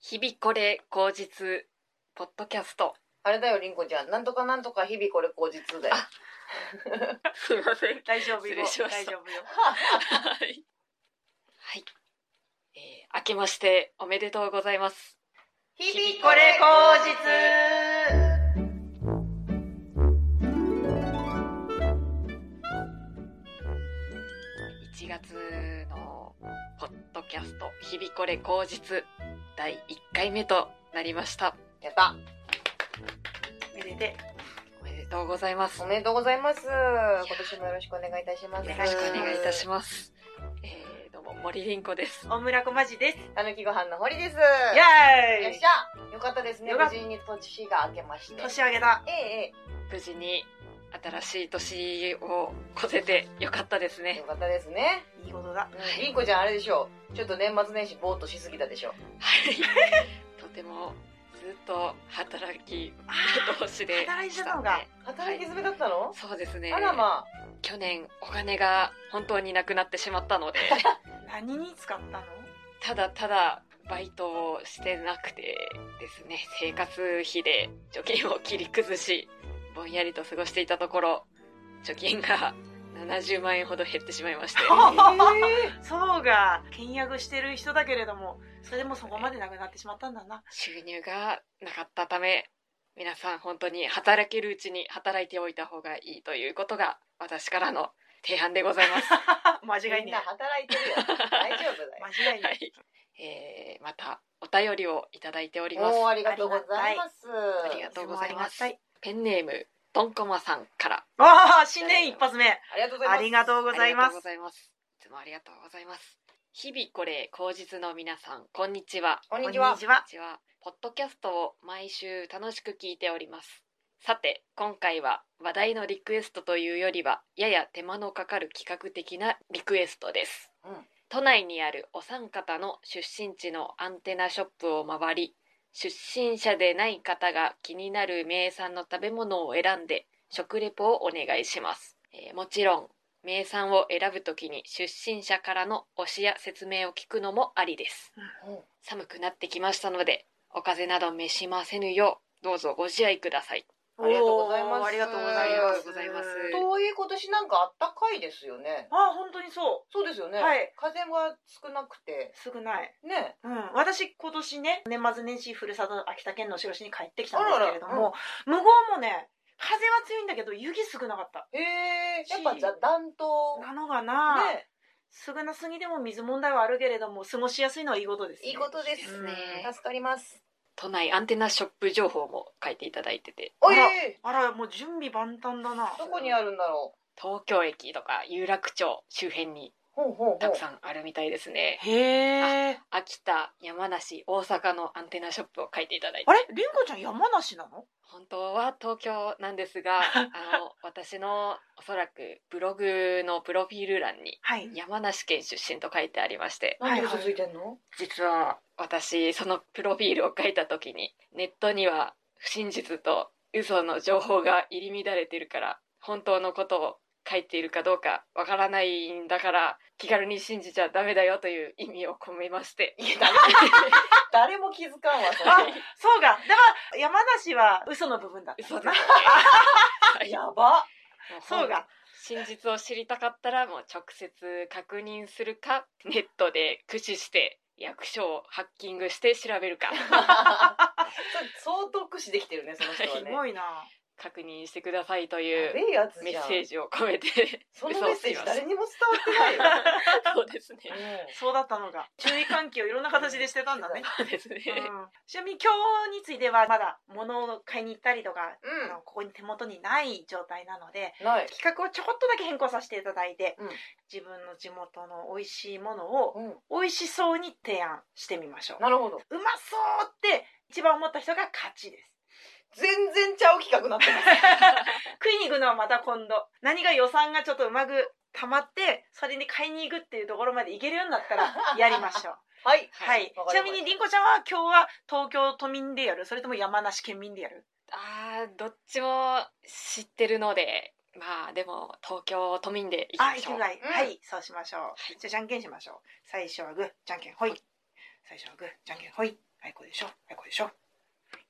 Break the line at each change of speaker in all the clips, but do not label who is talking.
日々これ後日ポッドキャスト
あれだよ、りんこちゃん。なんとかなんとか日々これ後日だよ。
すいません
大丈夫
失
よ
礼しま
大
した
丈夫よ
はい、はいえー、明けましておめでとうございます
日々これ後日
1月のポッドキャスト日々これ後日第1回目となりました
やった。
めでて
おめでとうございます
おめでとうございます。今年もよろしくお願いいたします。
よ
よろしくお願いいたし
ま
ます。えー、どうも、森凛子です。
大村こまじです
す。たぬきご飯の堀です。
イ
よ
エ
っ
ーイ
しゃよかったですね。
よか
無
っ
事に年が明けまして。
年上げだ
ええ
無事に新しい年を越せてよかったです
ええ。
ね
よ。かったですね。
いいことだ
うんりんこちゃんあれでしょ。ちょっと年末年始ぼーっとしすぎたでしょ。
はい。とてもずっと 働き通しで
働いて
したた
の
の
が
で。
働き詰めだったの
そうですね。
あらま
去年お金が本当になくなってしまったので、
何に使ったの
ただただバイトをしてなくてですね、生活費で貯金を切り崩し、ぼんやりと過ごしていたところ、貯金が70万円ほど減ってしまいまして、
あ。
そうが倹約してる人だけれどもそれでもそこまでなくなってしまったんだ な
収入がなかったため、皆さん本当に働けるうちに働いておいた方がいいということが私からの提案でございます。
間
えー
違い
みん
ね
な働いてるよ。大丈夫だよ。
間違い
は
ね
い。えー、またお便りをいただいております。
もうありがとうございます。
ありがとうございます
ありがた
ペンネーム、とんこまさんから
ああ新年一発目
ありがとうございま
あ
す。
りがとうございま
ありがとうご
す
ざいます。いつもありがとうございます。日々これ口実の皆さん、こんにちは。
こん
こん
に
に
ち
ち
は。
は
ちは。ポッドキャストを毎週楽しく聞いております。さて、今回は話題のリクエストというよりは、やや手間のかかる企画的なリクエストです。
うん
都内にあるお三方の出身地のアンテナショップを回り、出身者でない方が気になる名産の食べ物を選んで、食レポをお願いします。えーもちろん、名産を選ぶときに出身者からの推しや説明を聞くのもありです。
うん
寒くなってきましたのでお風邪など召しませぬようどうぞご自愛ください
ありがとうございます
おーありがとうござい
あ
ま
りがと
す
うございます
遠い今年なんかあったかいですよね。
あ本当にそう
そうですよね。
はい
風が少なくて。
少ない
ね。
うん、私今年ね年末年始ふるさとの秋田県の白市に帰ってきたんですけれど
あらら
も無謀もね風は強いんだけど雪少なかった
へえ。やっぱじゃ暖冬。
なのがな、
ね。
少なすぎでも水問題はあるけれども過ごしやすいのはいいことですね、
いいことです
ね
助かります。
都内アンテナショップ情報も書いていただいてて
おい
あらあらもう準備万端だな
どこにあるんだろ
東京駅とか有楽町周辺に
う。ほうほうほう。
たくさんあるみたいですね
へえ
秋田山梨大阪のアンテナショップを書いていただいて
あれりんこちゃん山梨なの
本当は東京なんです があの私のおそらくブログのプロフィール欄に
はい
山梨県出身と書いてありまして
なんで嘘ついてんの？
実は私そのプロフィールを書いた時にネットには不真実と嘘の情報が入り乱れてるから本当のことを書いているかどうかわからないんだから気軽に信じちゃダメだよという意味を込めまして
いや誰も 誰も気づかんわそ
あ
れ。
そうかだから山梨は嘘の部分だった
嘘ですねはい
やば。
もうほん
そうか
真実を知りたかったらもう直接確認するかネットで駆使して役所をハッキングして調べるか
それ相当駆使できてるねその人は
す
ね。
ごいな
確認してくださいとい
や
う
べえやつ
メ
じゃ
ッ
ん。
セージを込めて
そのメッセージ誰にも伝わって ないよ。
そうですね。
そうだったのが注意喚起をいろんな形でしてたんだね
そうですね。
うんちなみに今日についてはまだ物を買いに行ったりとか、
うん
あのここに手元にない状態なので
ない。
企画をちょこっとだけ変更させていただいて、
うん
自分の地元の美味しいものを
うん。
美味しそうに提案してみましょう
なるほど。
うまそうって一番思った人が勝ちです
全然ちゃう企画になってます。
食いに行くのはまた今度何が予算がちょっとうまくたまってそれに買いに行くっていうところまで行けるようになっ たらやりましょう
はい。
はい
わかりました
ちなみにりんこちゃんは今日は東京都民でやるそれとも山梨県民でやる
ああ、どっちも知ってるので、まあでも東京都民で行き
あ、
ま
行
し
き
ょう。
がいい。
うん
はい、そうしましょう。じゃあ、じゃんけんしましょう。最初はグー、じゃんけんほい。最初はグー、じゃんけんほい。あいこでしょあいこでしょ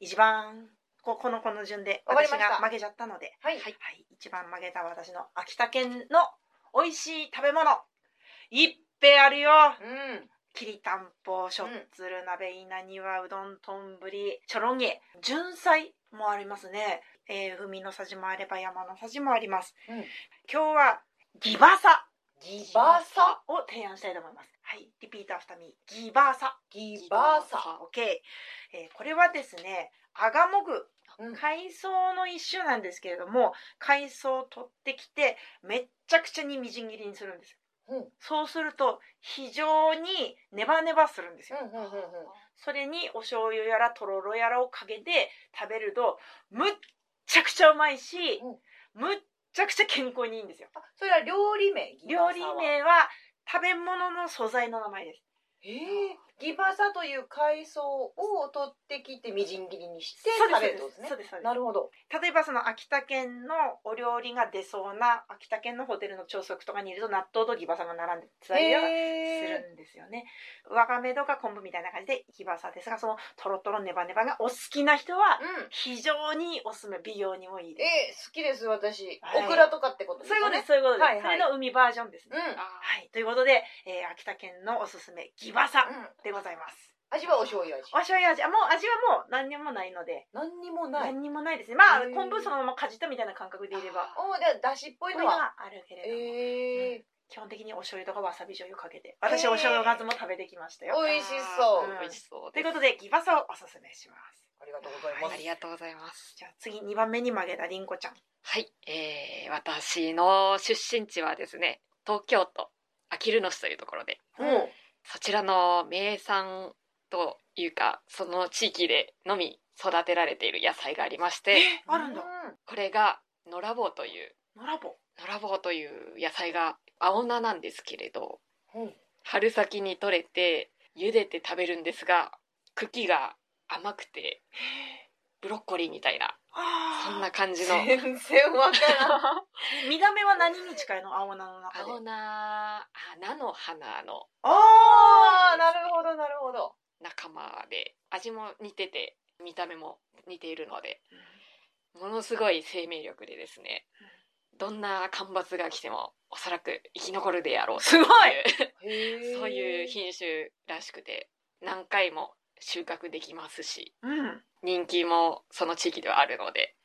一番ここのこの順で
わかり
私
ました
が負けちゃったので
はい
はい
はい、一番負けた私の秋田県の美味しい食べ物いっぺえあるよ
うん
きりたんぽしょっつる鍋いなにわうどんとんぶりちょろげ純菜もありますね、えー、海のさじもあれば山のさじもあります、
うん
今日はギバサ
ギバサ
を提案したいと思いますはいリピートアフターミーギバサ
ギバサ
OK、えーこれはですねアガモグ
うん
海藻の一種なんですけれども海藻を取ってきてめっちゃくちゃにみじん切りにするんですよ
うんうん
そうすると非常にネバネバするんですよ
うんうんうん
それにお醤油やらとろろやらをかけて食べるとむっちゃくちゃうまいしむっちゃくちゃ健康にいいんですよ
あそれは料理名ギ
料
バサは
理名は食べ物の素材の名前です
えー、ギバサという海藻を取ってきてみじん切りにして食べるってことですね
そうですそうです
なるほど
例えばその秋田県のお料理が出そうな秋田県のホテルの朝食とかにいると納豆とギバサが並んで伝えるようなす
へ
るんですよね。わかめとか昆布みたいな感じで生きバサですがそのトロトロネバネバがお好きな人は
ーうん
非常におすすめ美容にもいいです。
えー、好きです私、
はい
オクラとかってことです
そうい
よ
うことで
ね
すそういうことです。
はいはい
それの海バージョンですね。
うん
はいということで、えー秋田県のおすすめギバサ
うん
でございます。
味はお醤油味
お醤油味あもう味はもう何にもないので
何にもない
何にもないですね。ま
へ
あ
ー
昆布そのままかじったみたいな感覚でいれば。
おじゃあだしっぽい
こ
の
れ
は
はあるけれ
えー、
ども、基本的にお醤油とかわさび醤油かけて私
へー
お醤油がずも食べてきましたよ。
美味しそう
あー美味しそう
とい
で
うことでギバサをおすすめします。
ありがとうございます、
すありがとうございます
じゃあ次2番目に曲げたりんこちゃん。
はい、えー、私の出身地はですね東京都あきる野市というところで
うん
そちらの名産というかその地域でのみ育てられている野菜がありまして
あるんだ。
これが野良棒という
のらぼ。
野良棒という野菜が青菜なんですけれど
うん
春先に採れて茹でて食べるんですが茎が甘くてブロッコリーみたいな
あ
そん
あ
な感 じの
全然わからん
見た目は何に近いの青菜の中で
青。菜あ菜の花の
あ
あ
ーなるほどなるほど
仲間で味も似てて見た目も似ているのでものすごい生命力でですねどんな干ばつが来てもおそらく生き残るであろう
すごい
へー
そういう品種らしくて何回も収穫できますし
あ。うん。
人気もその地域ではあるので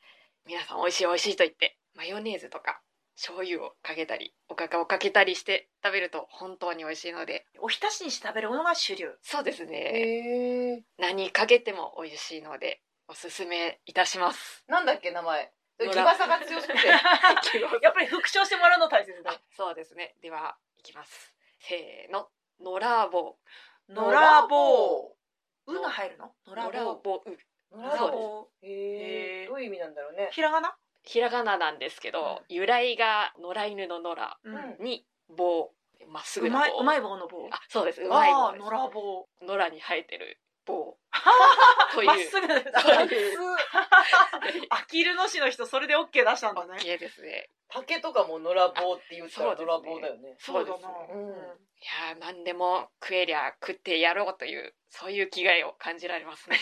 皆さん美味しい美味しいと言ってマヨネーズとか醤油をかけたりおかかをかけたりして食べると本当に美味しいので
おひたしにして食べるものが主流。
そうですね
へえ
何かけても美味しいのでおすすめいたします
なんだっけ名前
野良
ギバサが強くて
やっぱり復唱してもらうの大切だ
あ。 そうですねではいきますせーののらぼ
のらぼう。
う
うが入るの？
の
の
ら
らぼう。
ぼう
野
らぼ
良
う
棒へ
へー
えどういう意味なんだろう ね
ひらがな？
ひらがななんですけど、由来が野良犬の野良
う
うん
に棒まっすぐ
う
な
まい
棒
うまい棒の棒。
あそうですうまい棒
あー
です
のらぼう。
野良に生えてる棒という
まっすぐだ。
そう
普
いう
通
あきる野市の人それでオッケー出したんだね。
系ですね
竹とかも野良棒って言ったら
あそ
野
うですね
良棒だよね
そうですね
うん
いやー何でも食えりゃ食ってやろうというそういう気概を感じられますね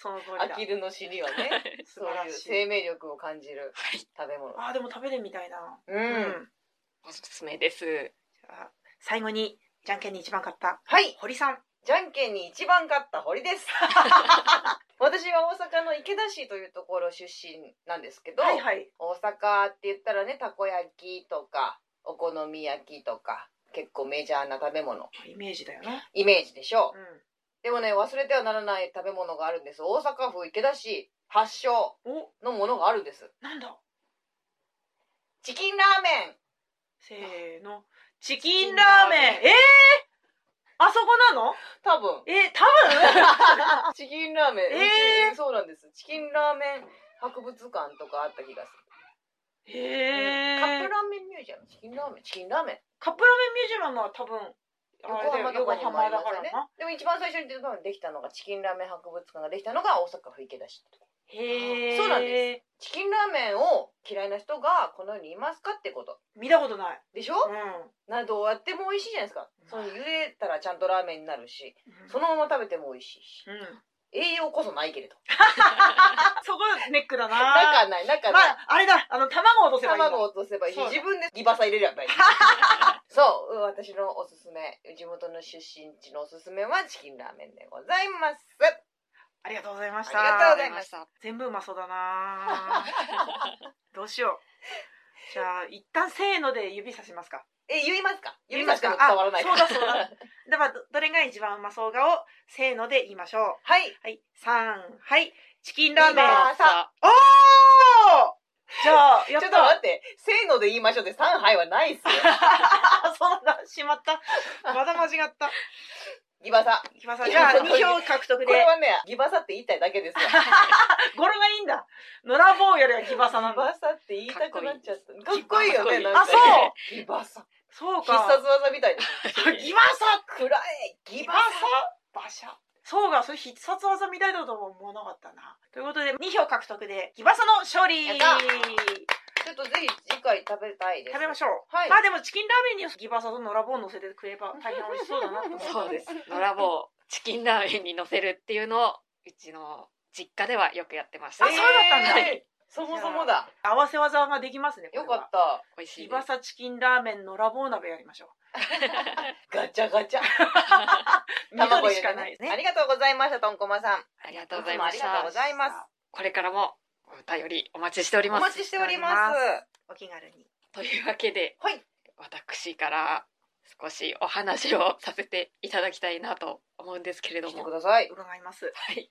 その通り
あ
だ。
きるの死にはね そ
素
う
晴ら
いう
しい。
生命力を感じる
はい
食べ物
あーでも食べてみたいな。
う。
うん
おすすめです
じゃあ最後にじゃんけんに一番勝った
はい
堀さん。
じゃんけんに一番勝った堀です 私は大阪の池田市というところ出身なんですけど、
はい。
大阪って言ったらねたこ焼きとかお好み焼きとか結構メジャーな食べ物
イメージだよな。
イメージでしょ
う。
うんでもね忘れてはならない食べ物があるんです大阪府池田市発祥
お
のものがあるんです
なんだ。
チキンラーメン
せーの。チキンラーメン。
チキンラー
えー、あそこなの？
多分
えー、多分。
チキンラーメン、うち
えー
うんそうなんですチキンラーメン博物館とかあった気がするうんカッ
へ
プ
ー。
ラーメンミュージアムチキンラーメンチキンラーメン
カップラーメンミュージアムは多分あ
横
れだ
浜
よ
とかにもありますよね
横浜だからな。
でも一番最初に多分できたのがチキンラーメン博物館ができたのが大阪府池田市ってとこ
へえ
そうなんでチキンラーメンを嫌いな人がこの世にいますかってこと
す見たことない
でしょ、
う
などうやっても美味しいじゃないですかその茹でたらちゃんとラーメンになるし
ん
そのまま食べても美味しいし
うん
栄養こそないけれど
そこネックだな
だから ないだか
ま
らない、
ああれだあの卵を落とせばいいんだ
卵を落とせばいいし
そうだ
自分でリバサ入れればい いそううん私のおすすめ地元の出身地のおすすめはチキンラーメンでございます
ありがとうございました
ありがとうご
あ
ざ
り
い
ま
ま
し。
した
全部うまそう だなどうしようじゃあ一旦せーので指さしますか
え言いますか
言
言
い
い
ま
ますす
か
か伝わらないから
あそうだそうだではどどれが一番うまそうかをせーので言いましょう
はい
はい3はいチキンラーメン
いい
お
な
ー
あ
じゃあや
ちょっ
っ
と
た
待ってせーので言いましょうって3杯はないっすよ
あそうなんだしまったまだ間 違った
ギバサ
木場さんじゃあ2票獲得で
これはねギバサって言いたいだけです よ
語呂がいいんだ野良坊よりは木場さんなん
ギ
だ
バサって言いたくなっちゃったかっこいい
かっ
よね
こいい
なんかね
あ
ギバサ
そう
必
か
殺技みたいです
ギバサ
暗いギバサ
バシャそうがそれ必殺技みたいだとも思わなかったなということで2票獲得でギバサの勝利
やっ
食
たちょっとぜひ次回食べたいです
べましょう、
はい
まあでもチキンラーメンにギバサとノラボを乗せてくれ ば大変美味しそうだなと思った
そ
の
うで。
です
のらぼうチキンラーメンに乗せるっていうのをうちの実家ではよくやってました
あ。そうだったんだ
えーそもそもだ
合わせ技ができますねこれ
よ
は
かった
美味し
ギ
いで
バサチキンラーメンノラボー鍋やりましょう
ガチャガチャ卵
緑
入れ
してかないですね
ありがとうございましたとんこまさん
す。ありがとうございまし
いつもありがとうござい
た
ます。
これからもお便りお待ちしており
お
ます。
待ちしております
お気軽に
というわけで、
はい
私から少しお話をさせていただきたいなと思うんですけれど
して
も
く、ださい
伺います
はい、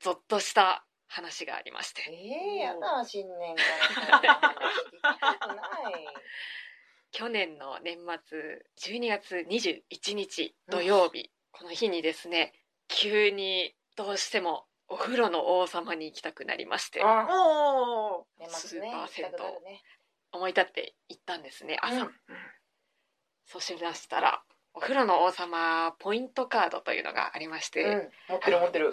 ゾッとした話がありまして。
ええやだ新年からそんな話聞きた くない
去年の年末12月21日土曜日、この日にですね急にどうしてもお風呂の王様に行きたくなりまして
うん
おお
年末ね
スーパー
行きたくなるね
思い立って行ったんですね朝、
うん
そうしましたらお風呂の王様ポイントカードというのがありまして、
うん持ってる持 ってる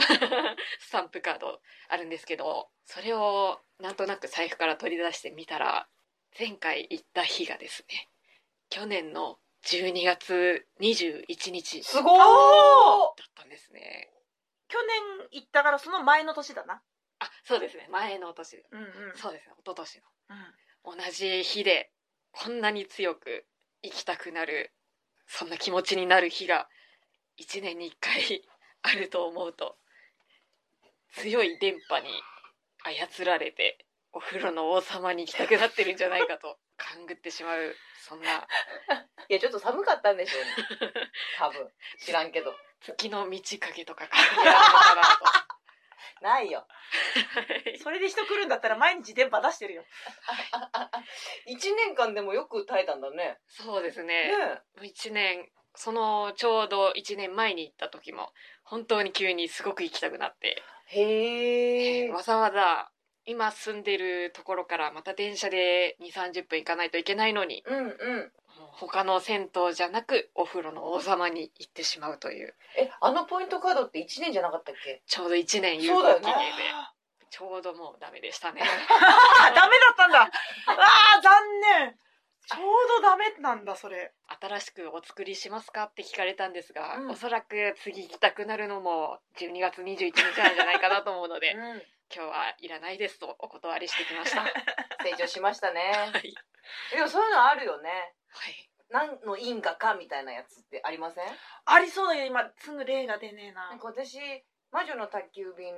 スタンプカードあるんですけどそれをなんとなく財布から取り出してみたら前回行った日がですね去年の12月21日
す
だ
ごー
ったんですね。
去年行ったからその前の年だな
あそうですね前の年
うんうんうん
そうですね一昨年の同じ日でこんなに強く行きたくなるそんな気持ちになる日が1年に1回あると思うと強い電波に操られてお風呂の王様に行きたくなってるんじゃないかと勘ぐってしまうそんない
やちょっと寒かったんでしょう ね多分知らんけど
月の満ち欠けとか感じられるかなと。
ないよ
はい
それで人来るんだったら毎日電波出してるよ
1年間でもよく耐えたんだね
そうです
ね
ね1年そのちょうど1年前に行った時も本当に急にすごく行きたくなって、
えへえ
わざわざ今住んでるところからまた電車で2 3 0分行かないといけないのに
うんうん
もう他の銭湯じゃなくお風呂の王様に行ってしまうという
えあのポイントカードって1年じゃなかったっけ
ちょうど1年有
そうだ
効
よ
期
ね
限
綺
で
麗
ちょうどもうダメでしたね
あダメだったんだ。ああ残念。ちょうどダメなんだそれ。
新しくお作りしますかって聞かれたんですが、
うん
おそらく次行きたくなるのも12月21日なんじゃないかなと思うので
うん
今日はいらないですとお断りしてき ました。はい。
成長しま したね
はい。
でもそういうのあるよね何の因果かみたいなやつってありません
ありそうだけど今すぐ例が出ねえ
なん
な。
か私魔女の宅急便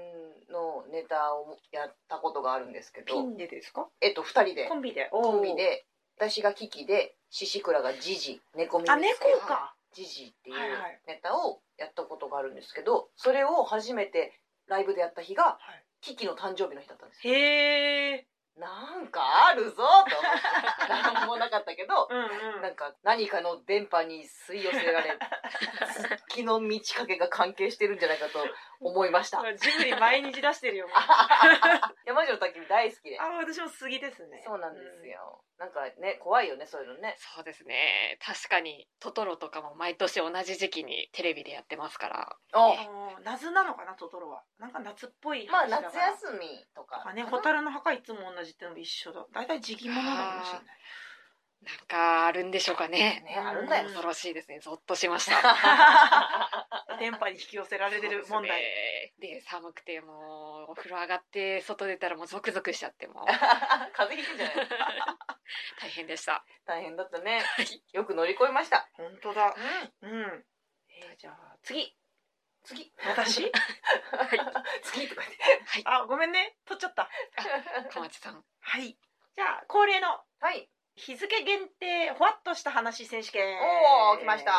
のネタをやったことがあるんですけ
ピ
ど
ンでですか？
えっと2人で
コンビで。
コンビ。で私がキキでシシクラがジジ猫耳
あ
です
猫
けど
か。
ジジっていう
はいはい
ネタをやったことがあるんですけどそれを初めてライブでやった日が
はい
キキの誕生日の日だったんですよ
へえ。
なんかあるぞと思って何もなかったけど
うんうん。
なんか何かの電波に吸い寄せられ 月の満ち欠けが関係してるんじゃないかと思いました
ジブリ毎日出して るよ。あ
山城の焚き火大好きで
私も杉ですね。
そうなんですよ、なんかね怖いよねそういうのね
そうですね。確かにトトロとかも毎年同じ時期にテレビでやってますから。
あ
うん。の夏なのかなトトロはなんか夏っぽい
まあ
話だから
夏休みとか
とかね蛍の墓いつも同じってのも一緒だ大体時期物なのかもしれない
なんかあるんでしょうかね
ねあるんだよ
う
恐ろしいですねゾッとしま した
電波に引き寄せられてる
そう
問題、
ですねで寒くてもうお風呂上がって外出たらもうゾクゾクしちゃって もう
風邪ひいてんじゃない
大変でした
大変だったねよく乗り越えました
本当だうん、えーじゃあ次
次
私
はい
次とか言って
あごめんね取っちゃった
小町さん
はいじゃあ恒例の
はい
日付限定ほわっとした話選手権
おお来ました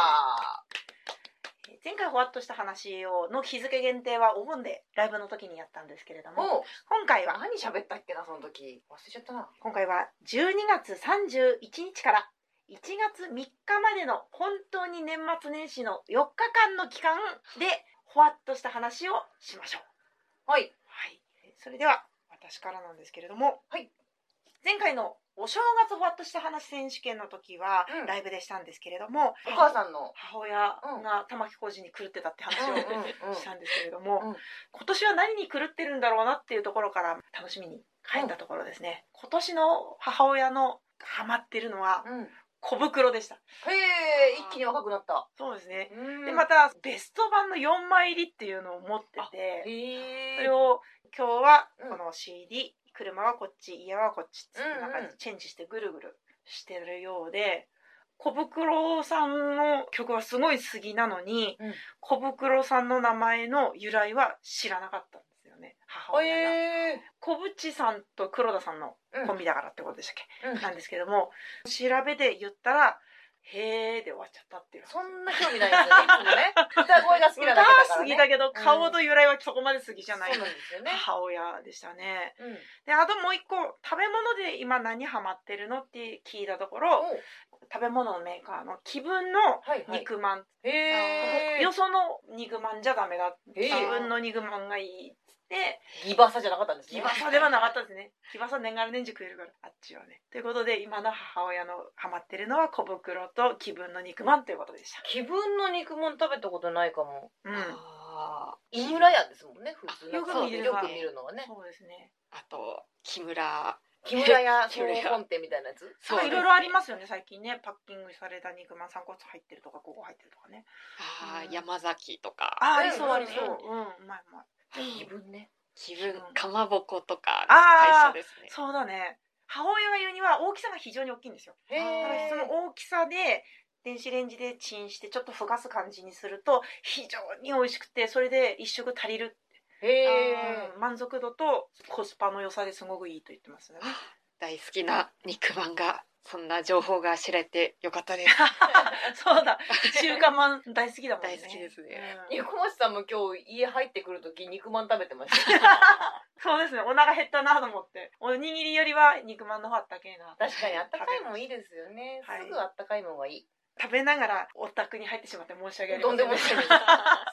前回ほわっとした話をの日付限定はお盆でライブの時にやったんですけれども
おう
今回は
何喋ったっけなその時忘れちゃったな
今回は12月31日から1月3日までの本当に年末年始の4日間の期間でほわっとした話をしましょう。
はい
はい、それでは私からなんですけれども、
はい
前回のお正月ほわっとした話選手権の時は
うん
ライブでしたんですけれども、
お母さんの
母親が玉置浩二に狂ってたって話を
うんうんうん
したんですけれども、
うん
今年は何に狂ってるんだろうなっていうところから楽しみに帰ったところですね、今年の母親のハマってるのは
うんへ
小袋でした
え一気に若くなった
そうですね、
で
でま
た
たベスト版の4枚入りっていうのを持っててそ
へえ
れを今日は
うん
この CD、車はこっち家はこっちって
うんうん
なんかチェンジしてぐるぐるしてるようで小袋さんの曲はすごい好きなのに、
うん
小袋さんの名前の由来は知らなかったんですよね母親が。
え
小渕さんと黒田さんの
え
コンビだからってことでしたっけ、
うん
なんですけども調べて言ったら「へーで終わっちゃったっていう
そんな興味ないですよねいつも ね歌声が好きなだけだ
歌
か
は
ら
好
ね
きだけど、
ん
顔と由来はそこまで好きじゃない、
そうなんですよね
母親でしたね
うん
であともう一個食べ物で今何ハマってるのって聞いたところ
おう
食べ物のメーカーの気分の
はいはい
肉まん、
へえ
よその肉まんじゃダメだ
へえ
自分の肉まんがいいっつって
ギバサじゃなかったんです
ギ
ね
バサではなかったですね。ギバサ年がら年中食えるから、あっちはね。ということで、今の母親のハマってるのは小袋と気分の肉まんということでした。
気分の肉まん食べたことないかも
うん。
あ
井村屋ですもんね普通
よく見る
よく見るのはね
そうですね。
ーあと木村
木村屋
木
総
村屋
本店みたいなやつ
そ
ま
う
あ
です
いろいろありますよね、最近ね。パッキングされた肉まん3個入ってるとか、5個入ってるとかね。
あ
う
ー
ん
山崎とか
あー、あ
うん
りそうありそう。
うん
うん、うまいうまい。
気分ね
気分かまぼことか
あ
最
ー
初ですね
そうだね。母親が言うには大きさが非常に大きいんですよ。
へ
だから
え
その大きさで電子レンジでチンしてちょっとふかす感じにすると非常に美味しくてそれで一食足りる
へえ
うん満足度とコスパの良さですごくいいと言ってますよね。
大好きな肉まんがそんな情報が知れてよかったです
そうだ、中華まん大好きだもんね。
大好きですね
うん
肉ましさんも今日家入ってくるとき肉まん食べてま したよ
そうですね、お腹減ったなと思って、おにぎりよりは肉まんの方あったけえな。
確かにあったかいもんいいですよね
はい
すぐあったかいもんがいい
食べながらお宅に入ってしまって申し訳ありま
とん
せん
で
で
もない
し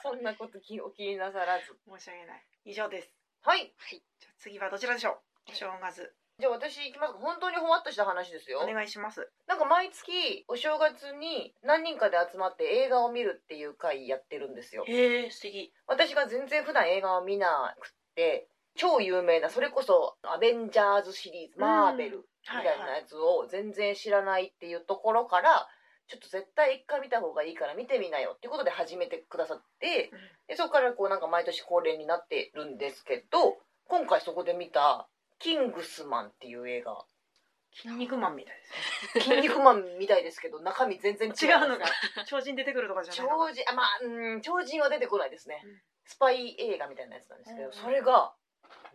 そんなこときお気になさらず
申し訳ない。以上です。
はい
じゃあ次はどちらでしょう。お正月、
じゃあ私行きます本当にほわっとした話ですよ
お願いします。
なんか毎月お正月に何人かで集まって映画を見るっていう会やってるんですよ
へえ、素敵。
私が全然普段映画を見なくって超有名なそれこそアベンジャーズシリーズマーベルみた
はいい、は。
ないやつを全然知らないっていうところからちょっと絶対一回見た方がいいから見てみなよっていうことで始めてくださって
うん
でそこからこうなんか毎年恒例になってるんですけど今回そこで見た「キングスマン」っていう映画
筋肉マンみたい
「
で
筋肉マン」みたいです けど中身全然違
すね。違うのが 超人出てくるとかじゃない
超
のか。
人あまあうん超人は出てこないですね、
うん
スパイ映画みたいなやつなんですけど、
うん
それが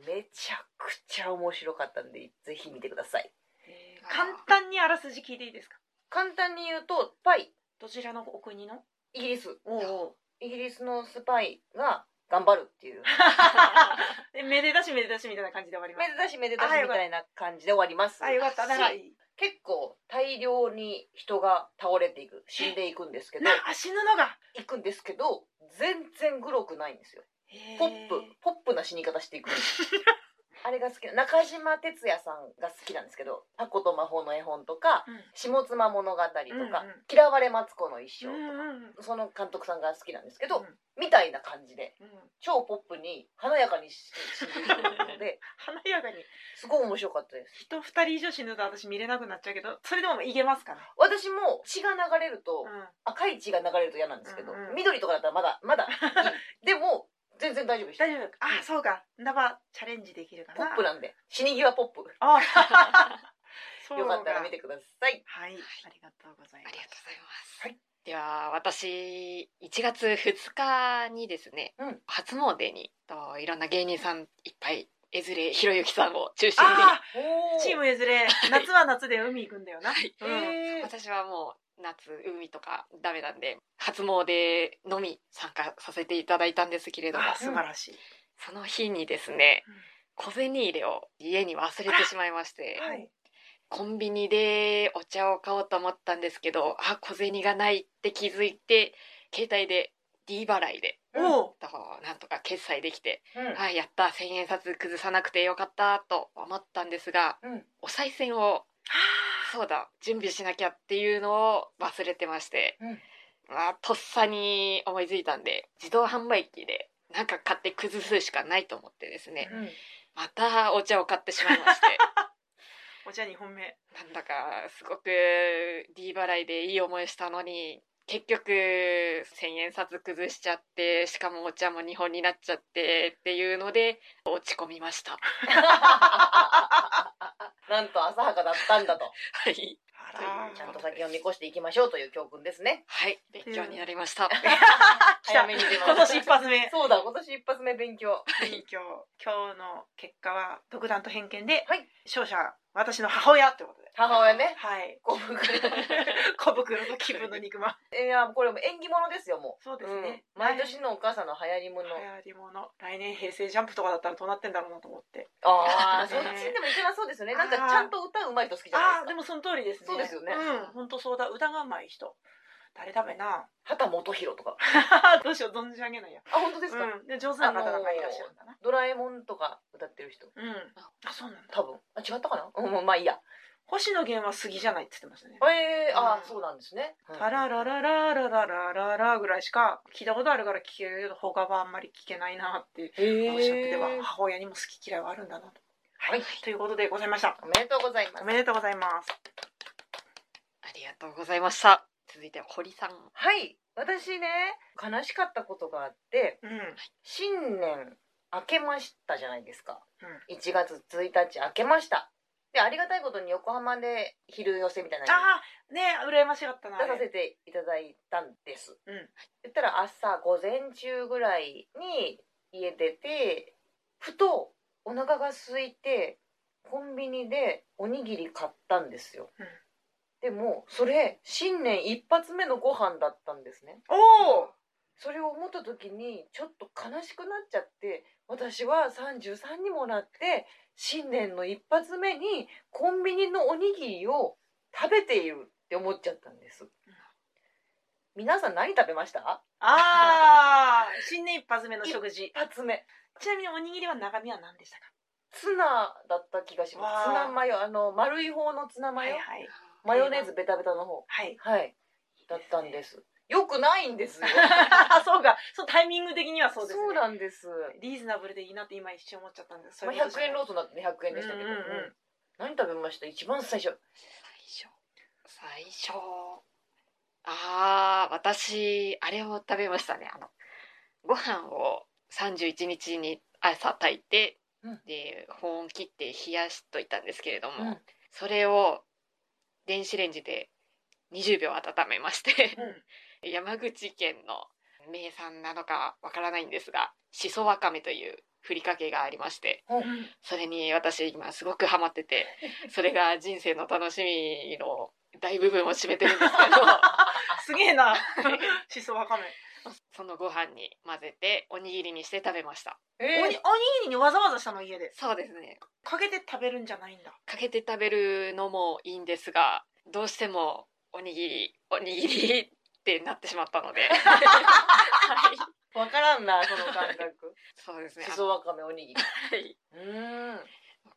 めちゃくちゃ面白かったんでぜひ見てください
へー簡単にあらすじ聞いていいですか。
簡単に言うとスパイ
どちらのお国の。
イギリス
お お。
イギリスのスパイが頑張るって いう
でめでたしめでたしみたいな感じで終わりま
め
す。
でたしめでたしみたいな感じで終わります
あよかったなら
し結構大量に人が倒れていく死んでいくんですけど
なあ死ぬのが
いくんですけど 全然グロくないんですよポップポップな死に方していくあれが好きな中島哲也さんが好きなんですけど「タコと魔法の絵本」とか「下妻物語」とか「
うんうん
嫌われマツコの一生」
うんうんうん
その監督さんが好きなんですけ
け
ど、
ど、
みたいな感じで
うん
超ポップに華やかにしてるの で
華やかに
すごい面白かったです
人二人以上死ぬと私見れなくなっちゃうけどそれでもいけますかね、
私も血が流れると、
うん
赤い血が流れると嫌なんですけど、
うんうん
緑とかだったらまだまだ いいでも全然大丈夫でした
大丈夫ああそうかなばチャレンジできるか
ポ
な
ップなんで死に際ポップ
あ ら
よかったら見てください
はいありがとうござい
あ
ま
り
す
がとうございます。
はい
では私1月2日にですね、
うん
初詣にといろんな芸人さんいっぱい江連ひろゆきさんを中心に
あ
お
あ チーム譲れ夏は夏で海行くんだよな、
はい
うん
えー
私はもう夏海とかダメなんで初詣のみ参加させていただいたんですけれども
ああ素晴らしい、
その日にですね
うん
小銭入れを家に忘れてしまいまして
はい
コンビニでお茶を買おうと思ったんですけどあ小銭がないって気づいて携帯で D 払いで
うん
おう
となんとか決済できて、
うん
あやった千円札崩さなくてよかったと思ったんですが
うん
お賽銭をそうだ準備しなきゃっていうのを忘れてまして、
うん
まあ、とっさに思いついたんで自動販売機でなんか買って崩すしかないと思ってですね
うん
またお茶を買ってしまいまして
お茶2本目
なんだかすごく D 払いでいい思いしたのに結局千円札崩しちゃってしかもお茶も2本になっちゃってっていうので落ち込みました。
なんと浅はかだったんだと
はい、
あ
らー
ちゃんと先を見越していきましょうという教訓ですね
はい、勉強になりました。
早めに出ます
今年一発目
そうだ今年一発目勉強
勉強今日の結果は独断と偏見で、
はい
勝者は私の母親ということで
母親 ね
はい
ごふく
小袋と気分の肉まん
いやこれも縁起物ですよも
そう
う、
ですね、
うん毎年のお母さんの流行り物
流行りもの来年平成ジャンプとかだったらどうなってんだろうなと思って
ああそ
そ
っ
うですね
ちでもいけなそうですよねなんかち
あー
ゃんと歌うまい人好きじゃ
あ
ないで
あです
か
もその通りですね
そうですよね
うん本当そうだ歌がうまい人誰だべな
畑元博とか
どうしよう存じ上げないや
あ本当ですか、
うん、で上手な方なんかいらっしゃるんだな、
ドラえもんとか歌ってる人
うんあそうなんだ
多分あ違ったかな うんもうまあいいや
星野源は杉じゃないって言ってましたね
えー、あ
う
ー
ん
そうなんですね
タラララララララララぐらいしか聞いたことあるから聞けるけど他はあんまり聞けないなって
へー
おっしゃってては母親にも好き嫌いはあるんだなと。
はい
ということでございました。
おめでとうございます
おめでとうございます。
ありがとうございました。続いては堀さん。
はい私ね悲しかったことがあって
うん。うん。
新年明けましたじゃないですか1月1日明けましたでありがたいことに横浜で昼寄せみたいなのに
ああねえ羨ましかったな。あ
出
れ
させていただいたんです、
うん
言ったら朝午前中ぐらいに家出てふとお腹が空いてコンビニでおにぎり買ったんですよ、
うん
でもそれ新年一発目のご飯だったんですね
おお。
それを思った時にちょっと悲しくなっちゃって私は33にもなって新年の一発目にコンビニのおにぎりを食べているって思っちゃったんです皆さん何食べました
ああ 新年一発目の食事
一。発目
ちなみにおにぎりは中身は何でしたか。
ツナだった気がしますツ
わあ
ナマヨあの丸い方のツナマ
はい
ヨ、
はい
マヨネーズベタベタの方
はい。
はいだったんですよくないんですよ
そうか。そのタイミング的には そうですね。
そうなんです、
リーズナブルでいいなって今一瞬思っちゃったんです。そう
まあ、
いうこ
100
とじゃない
円ローソンだってね100円でしたけど、
うんうんうん
うん何食べました一番最初
最初。最初。ああ、私、あれを食べましたね。あの、ご飯を31日に朝炊いて、
うん
で、保温切って冷やしといたんですけれども、
うん
それを電子レンジで20秒温めまして、 山口県の名産なのかわからないんですが、しそわかめというふりかけがありまして、
うんうん
それに私今すごくハマっててそれが人生の楽しみの大部分を占めてるんですけど
すげ えな。しそわかめ。
そのご飯に混ぜておにぎりにして食べました
え
おにおにぎりにわざわざしたの家で
そうですね
かけて食べるんじゃないんだ
かけて食べるのもいいんですがどうしてもおにぎりおにぎりってなってしまったのではい
わからんなその感 覚
そうですね。
し
あ
そわかめおにぎり
はい。
うん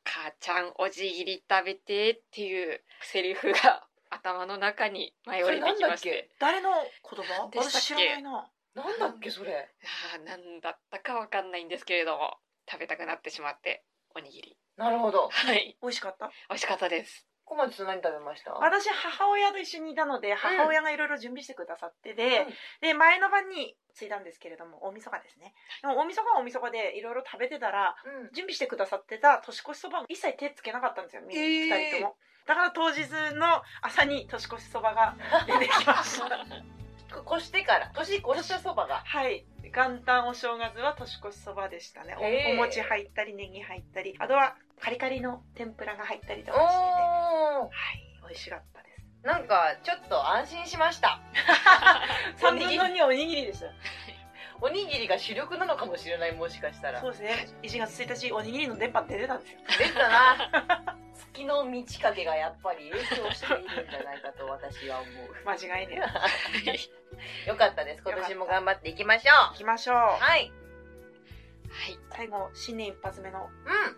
母ちゃんおじぎり食べてっていうセリフが頭の中に舞い降りてきまし
それなん
て。
誰の言葉
でしたっけ
私知らないな
なんだっけそれ
あーなんだったかわかんないんですけれども、食べたくなってしまって、おにぎり。
なるほど
はい。
美味しかった
美味しかったです。
小松さん何食べました
私母親と一緒にいたので母親がいろいろ準備してくださってで、
うん
で前の晩に着いたんですけれども大晦日ですねでも大晦日は大晦日でいろいろ食べてたら
うん
準備してくださってた年越しそばを一切手つけなかったんですよ、みんな
えー
2人ともだから当日の朝に年越しそば が出てきました
こ越してから年越したそばが
はい元旦お正月は年越しそばでしたね
え
お
ー
お餅入ったりネギ入ったりあとはカリカリの天ぷらが入ったりとかしてね
お
はい美味しかったです
ーなんかちょっと安心しましたお
3
にぎり
分の2おにぎりでした
おにぎりが主力なのかもしれないもしかしたら
そうですね1月1日おにぎりの電波って出たんですよ
出たな月の満ち欠けがやっぱり影響しているんじゃないかと私は思う
間違いね
よかったです今年も頑張っていきましょ
行きましょう
うはい
はい。
最後新年一発目の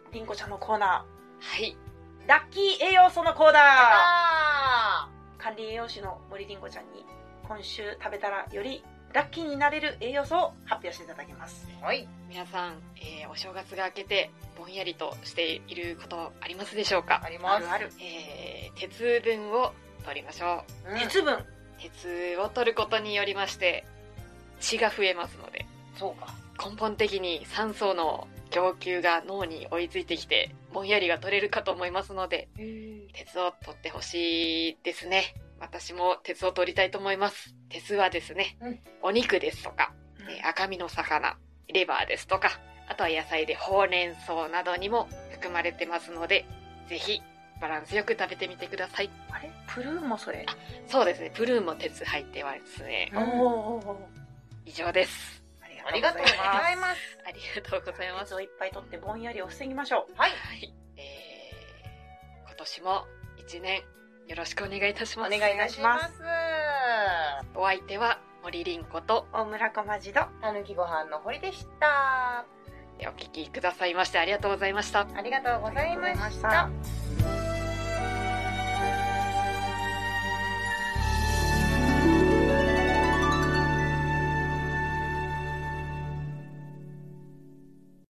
うん
りんこちゃんのコーナ
はい。
ーラッキー栄養素のコーナ
あ
ー管理栄養士の森りんこちゃんに今週食べたらよりラッキーになれる栄養素を発表していただきます
ーはい
皆さん、えーお正月が明けて、ぼんやりとしていることありますでしょうか
あり
あ
ます
るある
えー鉄分を取りましょう。
うん
鉄分
鉄を取ることによりまして血が増えますので
そうか
根本的に酸素の供給が脳に追いついてきてぼんやりが取れるかと思いますので鉄を取ってほしいですね私も鉄を取りたいと思います鉄はですね、
うん
お肉ですとか、えー赤身の魚レバーですとかあとは野菜でほうれん草などにも含まれてますのでぜひバランスよく食べてみてください
あれプルーンもそれ
そうですねプルーンも鉄入ってますね
うん
おー
以上です
ありがとうございます
ありがとうございます。
鉄をいっぱい取ってぼんやりを防ぎましょう
はい
はい。えー、今年も一年よろしくお願いいたし
お
ます。
願いいたします
お相手は森凛子と
大村小町ど
たぬきご飯の堀でした
お聞きくださいましてありがとうございました。
ありがとうございま
ありがとうございま
し
したた